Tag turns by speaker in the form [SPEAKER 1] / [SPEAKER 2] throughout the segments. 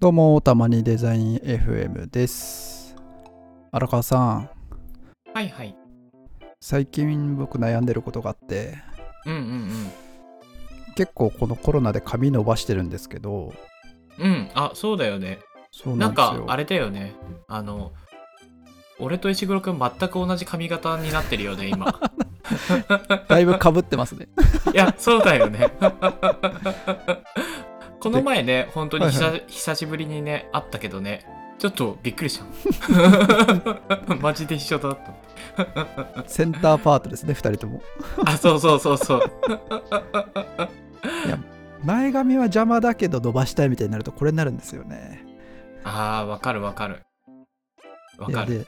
[SPEAKER 1] どうも、たまにデザイン FM です。荒川さん、
[SPEAKER 2] はいはい。
[SPEAKER 1] 最近僕悩んでることがあって、
[SPEAKER 2] うんうん
[SPEAKER 1] 結構このコロナで髪伸ばしてるんですけど、
[SPEAKER 2] うん。うん、あそうだよね。
[SPEAKER 1] そうな
[SPEAKER 2] な
[SPEAKER 1] ん
[SPEAKER 2] ん
[SPEAKER 1] ですよ。
[SPEAKER 2] かあれだよね。あの、俺と石黒くん全く同じ髪型になってるよね、今。
[SPEAKER 1] だいぶかぶってますね。
[SPEAKER 2] いや、そうだよね。この前ね、本当に久,、
[SPEAKER 1] はい
[SPEAKER 2] 久しぶりにね、会ったけどね、ちょっとびっくりした。 マジで一緒だっ た。
[SPEAKER 1] センターパートですね、2人とも。
[SPEAKER 2] あ、そうそうそうそう。
[SPEAKER 1] 前髪は邪魔だけど伸ばしたいみたいになるとこれになるんですよね。
[SPEAKER 2] あー、わかるわかる。わ
[SPEAKER 1] い
[SPEAKER 2] か
[SPEAKER 1] や
[SPEAKER 2] る。
[SPEAKER 1] で、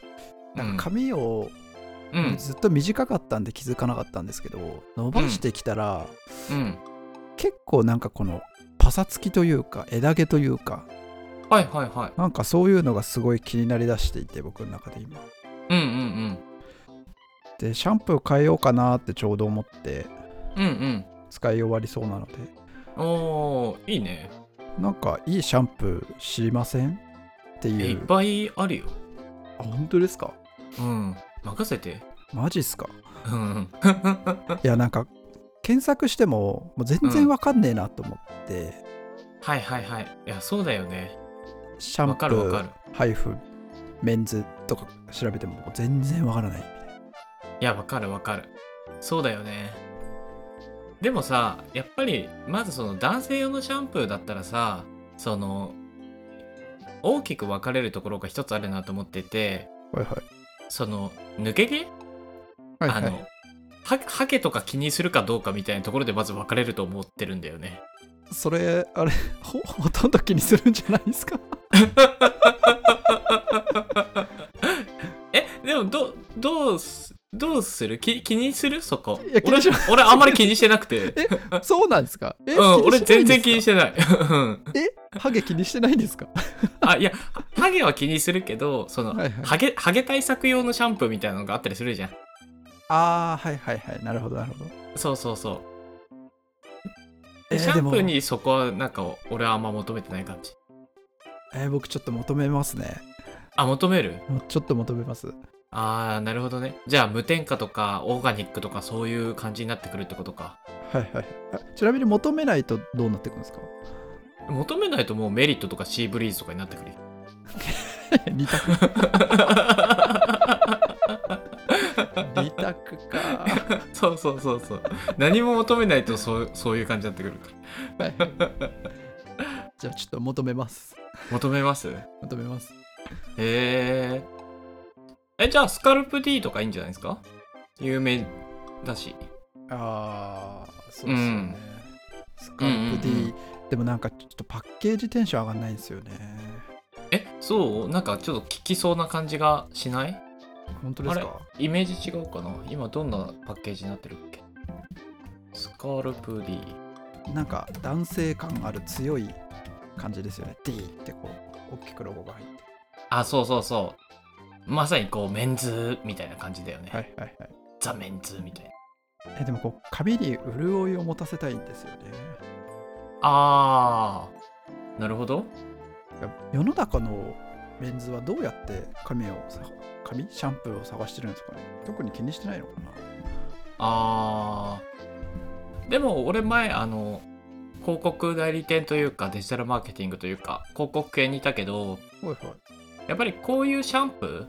[SPEAKER 2] う
[SPEAKER 1] なん
[SPEAKER 2] ん
[SPEAKER 1] か髪を
[SPEAKER 2] うん、
[SPEAKER 1] ずっと短かったんで気づかなかったんですけど、伸ばしてきたら、
[SPEAKER 2] うん。
[SPEAKER 1] 結構なんかこのパサつきというか枝毛というか
[SPEAKER 2] はいはいはい。
[SPEAKER 1] なんかそういうのがすごい気になりだしていて僕の中で今
[SPEAKER 2] うんうん
[SPEAKER 1] でシャンプー変えようかなってちょうど思って
[SPEAKER 2] うん。うん
[SPEAKER 1] 使い終わりそうなので
[SPEAKER 2] うん。おー、いいね。
[SPEAKER 1] なんかいいシャンプー知りませんって
[SPEAKER 2] え
[SPEAKER 1] い
[SPEAKER 2] いうっぱいあるよ。
[SPEAKER 1] あ本当ですか
[SPEAKER 2] うん。任せて。
[SPEAKER 1] マジっすか
[SPEAKER 2] うん。
[SPEAKER 1] いやなんか検索してももう全然わかんねえなと思って、
[SPEAKER 2] はいはいはい。いや、そうだよね。
[SPEAKER 1] シャン
[SPEAKER 2] わ
[SPEAKER 1] プ
[SPEAKER 2] かるわか
[SPEAKER 1] ー
[SPEAKER 2] る。
[SPEAKER 1] ハイフメンズとか調べても全然わからない
[SPEAKER 2] いや、わかるわかる。そうだよね。でもさ、やっぱり、まずその男性用のシャンプーだったらさ、その、大きく分かれるところが一つあるなと思ってて、
[SPEAKER 1] はいは
[SPEAKER 2] その、抜け毛
[SPEAKER 1] いは
[SPEAKER 2] あ
[SPEAKER 1] いはい
[SPEAKER 2] の、は、はけとか気にするかどうかみたいなところでまず分かれると思ってるんだよね。
[SPEAKER 1] それあれほ ほとんど気にするんじゃないですか
[SPEAKER 2] えでもどどうすどうする気気にするそこ
[SPEAKER 1] いや気にしま
[SPEAKER 2] 俺俺あんまり気にしてなく て
[SPEAKER 1] そうなんですかえ、
[SPEAKER 2] うん俺全然気にしててないうん
[SPEAKER 1] ないんですか。え、ハゲ気にしてないん ですか
[SPEAKER 2] あいやハゲは気にするけどその、
[SPEAKER 1] はいはい
[SPEAKER 2] ハゲハゲ対策用のシャンプーみたいなのがあったりするじゃん
[SPEAKER 1] ああ、はいはいはい。なるほど、なるほど。
[SPEAKER 2] そうそうそう
[SPEAKER 1] えー
[SPEAKER 2] でシャンプー
[SPEAKER 1] でも
[SPEAKER 2] にそこはなんか俺はあんま求めてない感じ
[SPEAKER 1] えー僕ちょっと求めますね。
[SPEAKER 2] あ求める
[SPEAKER 1] もうちょっと求めます。
[SPEAKER 2] あーなるほどねじゃあ無添加とかオーガニックとかそういう感じになってくるってことか
[SPEAKER 1] はいはい。あちなみに求めないとどうなってくるんですか
[SPEAKER 2] 求めないともうメリットとかシーブリーズとかになってくるよ
[SPEAKER 1] 二 択。二択か。
[SPEAKER 2] そうそうそうそう何も求めないとそうそういう感じになってくるから
[SPEAKER 1] はいはいじゃあちょっと求めます。
[SPEAKER 2] 求めますへ
[SPEAKER 1] 求めます。
[SPEAKER 2] ええじゃあスカルプ D とかいいんじゃないですか有名だし
[SPEAKER 1] ああ、そうですよね。スカープ D、
[SPEAKER 2] うんうんう
[SPEAKER 1] でもなんかちょっとパッケージテンション上がんないんですよね。
[SPEAKER 2] えそうなんかちょっと効きそうな感じがしない
[SPEAKER 1] 本当です
[SPEAKER 2] あ
[SPEAKER 1] か
[SPEAKER 2] イメージ違うかな今どんなパッケージになってるっけスカルプ D
[SPEAKER 1] なんか男性感ある強い感じですよね。D ってこう、大きくロゴが入って。
[SPEAKER 2] あそうそうそうまさにこうメンズみたいな感じだよね、
[SPEAKER 1] はいはいはい。
[SPEAKER 2] ザメンズみたいな
[SPEAKER 1] えでもこう、髪に潤いを持たせたいんですよね。
[SPEAKER 2] あーなるほど
[SPEAKER 1] いや世の中のメンズはどうやって髪をさ、髪シャンプーを探してるんですかね特に気にしてないのかな
[SPEAKER 2] あーでも俺前あの広告代理店というかデジタルマーケティングというか広告系にいたけど
[SPEAKER 1] はいはい。
[SPEAKER 2] やっぱりこういうシャンプー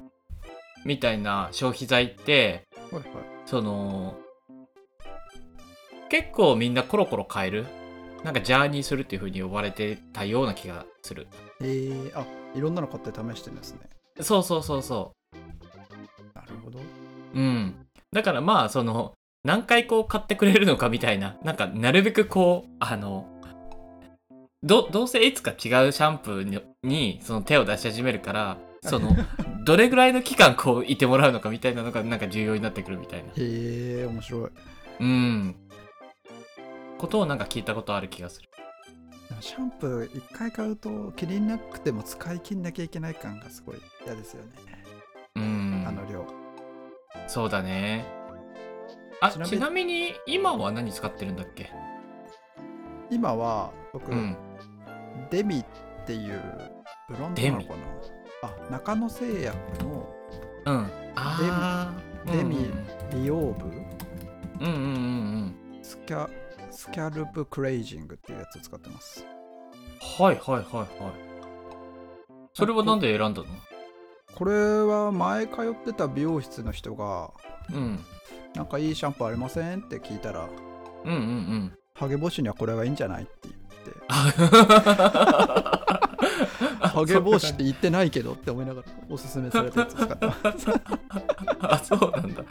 [SPEAKER 2] みたいな消費財って
[SPEAKER 1] はいは
[SPEAKER 2] その結構みんなコロコロ変えるなんかジャーニーするっていう風に呼ばれてたような気がする
[SPEAKER 1] い。えー、あいろんなの買って試してるんですね。
[SPEAKER 2] そうそうそうそう
[SPEAKER 1] なるほど。
[SPEAKER 2] うん。だからまあ、その、何回こう買ってくれるのかみたいな、なんかなるべくこう、あの、どどうせいつか違うシャンプーににその手を出し始めるから、そ の、どれぐらいの期間こういてもらうのかみたいなのがなんか重要になってくるみたい
[SPEAKER 1] へ
[SPEAKER 2] な。
[SPEAKER 1] えー、面白い。
[SPEAKER 2] うん。ことをなんか聞いたことある気がする。
[SPEAKER 1] でもシャンプー一回買うと気になくても使い切んなきゃいけない感がすごい嫌ですよね。
[SPEAKER 2] う
[SPEAKER 1] あ
[SPEAKER 2] ん。
[SPEAKER 1] の量。
[SPEAKER 2] そうだね。あ、
[SPEAKER 1] ちなみに
[SPEAKER 2] ちなみに今は何使ってるんだっけ
[SPEAKER 1] 今は僕、
[SPEAKER 2] うん。
[SPEAKER 1] デミっていうブロンドなのかなあ中野製薬の
[SPEAKER 2] うんあー
[SPEAKER 1] デミ美容部
[SPEAKER 2] うんうんうんうんうん
[SPEAKER 1] スキャスキャルプクレイジングっていうやつを使ってます
[SPEAKER 2] はいはいはいはいそれはなんで選んだの
[SPEAKER 1] これは前通ってた美容室の人が
[SPEAKER 2] うん
[SPEAKER 1] なんかいいシャンプーありませんって聞いたら
[SPEAKER 2] うんうんうん
[SPEAKER 1] ハゲボシにはこれがいいんじゃないって言って
[SPEAKER 2] あ
[SPEAKER 1] ハゲボシって言ってないけどって思いながらおすすめされたやつ使 ってます
[SPEAKER 2] あそうなんだ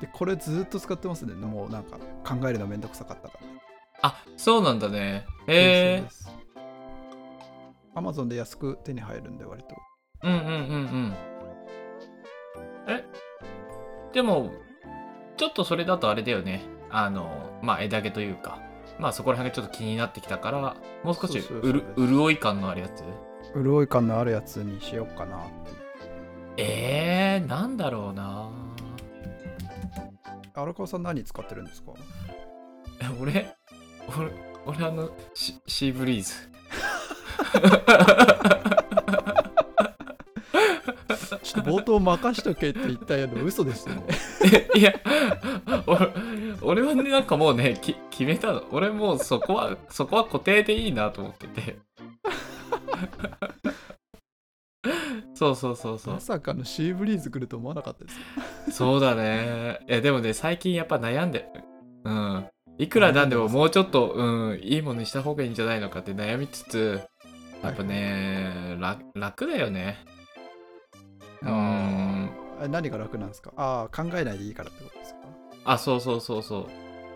[SPEAKER 1] でこれずっと使ってますねもうなんか考えるのめんどくさかったから
[SPEAKER 2] あそうなんだねへえ
[SPEAKER 1] アマゾンで安く手に入るんで割と
[SPEAKER 2] うんうんうんうんえでもちょっとそれだとあれだよねあのまあ枝毛というかまあそこら辺がちょっと気になってきたからもう少し
[SPEAKER 1] そうそう
[SPEAKER 2] うる
[SPEAKER 1] そうです
[SPEAKER 2] 潤い感のあるやつ
[SPEAKER 1] 潤い感のあるやつにしようかなっていう
[SPEAKER 2] えー、なんだろうな
[SPEAKER 1] 荒川さん何使ってるん ですか
[SPEAKER 2] え俺俺俺あのシシーブリーズ
[SPEAKER 1] ちょっと冒頭任しとけって言ったやつ嘘ですよね
[SPEAKER 2] いや俺俺はねなんかもうねき決めたの俺もうそこはそこは固定でいいなと思っててそうそうそうそう
[SPEAKER 1] まさかのシーブリーズ来ると思わなかったです
[SPEAKER 2] そうだね。いや、でもね、最近やっぱ悩んで、うん。いくらなんでももうちょっと、うん、いいものにした方がいいんじゃないのかって悩みつつ、やっぱね、ら楽だよね。
[SPEAKER 1] あ
[SPEAKER 2] うん。
[SPEAKER 1] ーえ何が楽なんですかああ考えないでいいからってことですか
[SPEAKER 2] あ、そうそうそうそ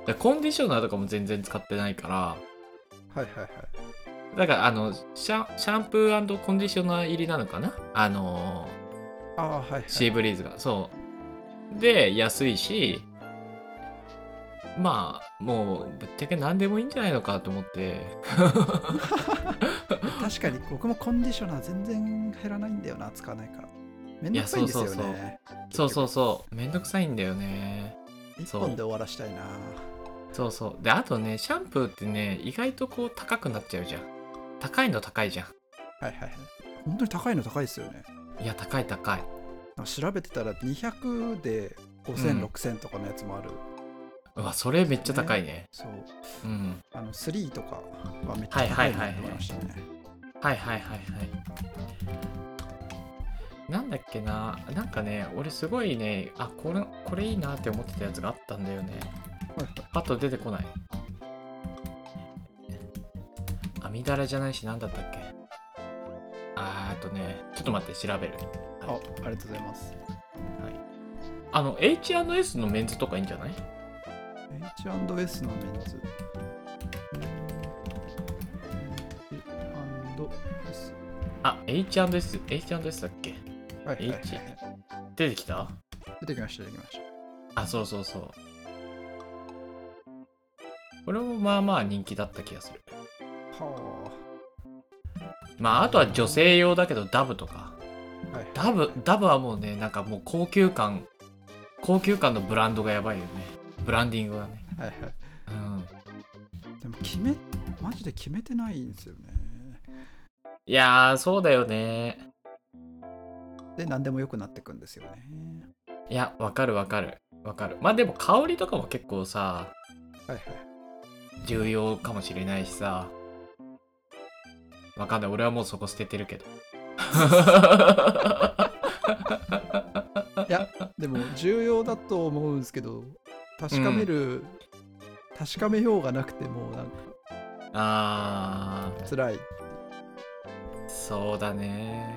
[SPEAKER 2] う。でコンディショナーとかも全然使ってないから、
[SPEAKER 1] はいはいはい
[SPEAKER 2] だから、あの、シャンシャンプーコンディショナー入りなのかなあのー
[SPEAKER 1] ああはいはい
[SPEAKER 2] シーブリーズがそうで安いしまあもうぶっちゃけ何でもいいんじゃないのかと思って
[SPEAKER 1] 確かに僕もコンディショナー全然減らないんだよな使わないからめんどくさいんですよ
[SPEAKER 2] いやそうそう
[SPEAKER 1] ね
[SPEAKER 2] そうそうそうめんどくさいんだよね
[SPEAKER 1] 一
[SPEAKER 2] そう
[SPEAKER 1] 本で終わらしたいな
[SPEAKER 2] そうそうであとねシャンプーってね意外とこう高くなっちゃうじゃん高いの高いじゃ
[SPEAKER 1] はいはいはい本当に高いの高いですよね
[SPEAKER 2] んいや高い高い
[SPEAKER 1] なんか調べてたら200で5000、
[SPEAKER 2] うん
[SPEAKER 1] 6000とかのやつもある
[SPEAKER 2] うわそれめっちゃ高いね
[SPEAKER 1] そう
[SPEAKER 2] うん
[SPEAKER 1] あの3とかはめっちゃ高いなと思いましたね、
[SPEAKER 2] はいはいはいはいなんだっけななんかね俺すごいねあこれこれいいなって思ってたやつがあったんだよねパッと出てこない網だらじゃないし何だったっけあーあとねちょっと待って調べる
[SPEAKER 1] あありがとうございます
[SPEAKER 2] あの H&S のメンズとかいいんじゃない
[SPEAKER 1] H&S のメンズ H&S
[SPEAKER 2] あ H&S H&S だっけ
[SPEAKER 1] はいはいはい、
[SPEAKER 2] H 出てきた
[SPEAKER 1] 出てきました出てきました
[SPEAKER 2] あそうそうそうこれもまあまあ人気だった気がする
[SPEAKER 1] は
[SPEAKER 2] まああとは女性用だけどダブとか
[SPEAKER 1] あはい
[SPEAKER 2] ダブダブはもうねなんかもう高級感高級感のブランドがやばいよねブランディングがね
[SPEAKER 1] はいはい
[SPEAKER 2] うん
[SPEAKER 1] でも決めマジで決めてないんですよね
[SPEAKER 2] いやーそうだよね
[SPEAKER 1] で何でも良くなってくんですよね
[SPEAKER 2] いやわかるわかるわかるまあでも香りとかも結構さ
[SPEAKER 1] はいはい
[SPEAKER 2] 重要かもしれないしさわかんない俺はもうそこ捨ててるけど
[SPEAKER 1] いやでも重要だと思うんですけど確かめる、確かめようがなくてもうなんか
[SPEAKER 2] あー
[SPEAKER 1] 辛い
[SPEAKER 2] そうだね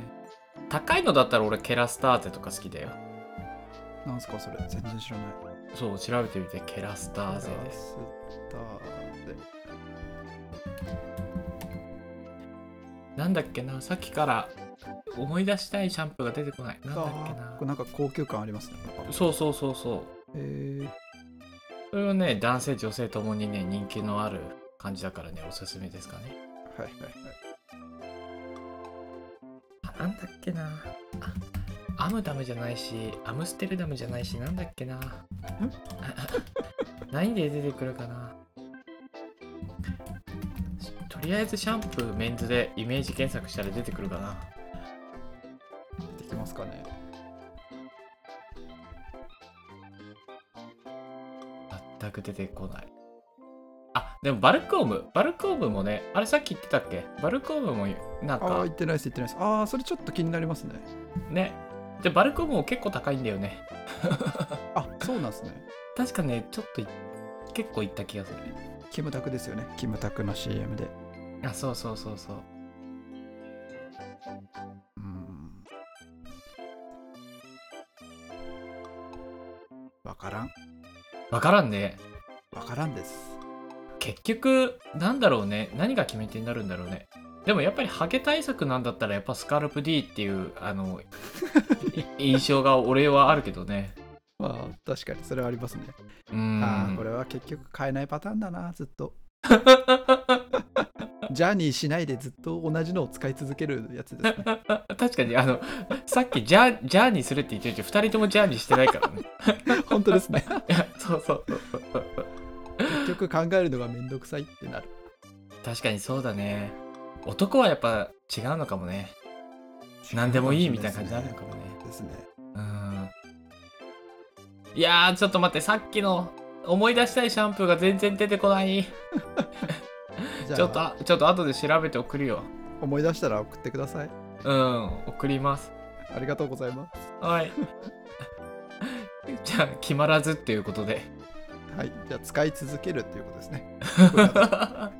[SPEAKER 2] 高いのだったら俺ケラスターゼとか好きだよ
[SPEAKER 1] なんすかそれ全然知らない
[SPEAKER 2] そう調べてみてケラスターゼです
[SPEAKER 1] スターで
[SPEAKER 2] なんだっけなさっきから思い出したいシャンプーが出てこないなんだっけ
[SPEAKER 1] あ
[SPEAKER 2] な
[SPEAKER 1] ーなんか高級感ありますね
[SPEAKER 2] そうそうそうそう
[SPEAKER 1] えー、
[SPEAKER 2] それはね男性女性ともにね人気のある感じだからねおすすめですかね
[SPEAKER 1] はいはいはい
[SPEAKER 2] あなんだっけなあアムダムじゃないしアムステルダムじゃないしなんだっけ な何で出てくるかなしどとりあえずシャンプーメンズでイメージ検索したら出てくるかな
[SPEAKER 1] できますかね
[SPEAKER 2] 全く出てこないあでもバルクオムバルクオムもねあれさっき言ってたっけバルクオムもなん
[SPEAKER 1] ああー
[SPEAKER 2] か
[SPEAKER 1] 言ってないです言ってないですああそれちょっと気になりますね
[SPEAKER 2] ねでバルクオムも結構高いんだよね
[SPEAKER 1] あそうなんですね
[SPEAKER 2] 確かねちょっとい結構いった気がする
[SPEAKER 1] キムタクですよねキムタクの CM で
[SPEAKER 2] あそうそうそうそう
[SPEAKER 1] うんわからん
[SPEAKER 2] わからんね
[SPEAKER 1] わからんです
[SPEAKER 2] 結局なんだろうね何が決め手になるんだろうねでもやっぱりハゲ対策なんだったらやっぱスカルプ D っていう あのい印象が俺はあるけどね
[SPEAKER 1] まあ確かにそれはありますね
[SPEAKER 2] うーん
[SPEAKER 1] ああこれは結局変えないパターンだなずっ とジャーニーしないでずっと同じのを使い続けるやつ ですね
[SPEAKER 2] 確かにあのさっきジャージャーニーするって言ってるけど2人ともジャーニーしてないからね
[SPEAKER 1] 本当ですね
[SPEAKER 2] いや そうそうそうそうそう
[SPEAKER 1] 結局考えるのがめんどくさいってなる
[SPEAKER 2] 確かにそうだね男はやっぱ違うのかもね何でもいいみたいな感じになるのかもね
[SPEAKER 1] ですね
[SPEAKER 2] うんいやーちょっと待ってさっきの思い出したいシャンプーが全然出てこない
[SPEAKER 1] じ
[SPEAKER 2] ちょっ
[SPEAKER 1] ゃあ
[SPEAKER 2] とちょっと後で調べて送るよ
[SPEAKER 1] 思い出したら送ってください
[SPEAKER 2] うん送ります
[SPEAKER 1] ありがとうございます
[SPEAKER 2] はい じゃあ決まらずっていうことで
[SPEAKER 1] はいじゃあ使い続けるっていうことですねこれだと
[SPEAKER 2] は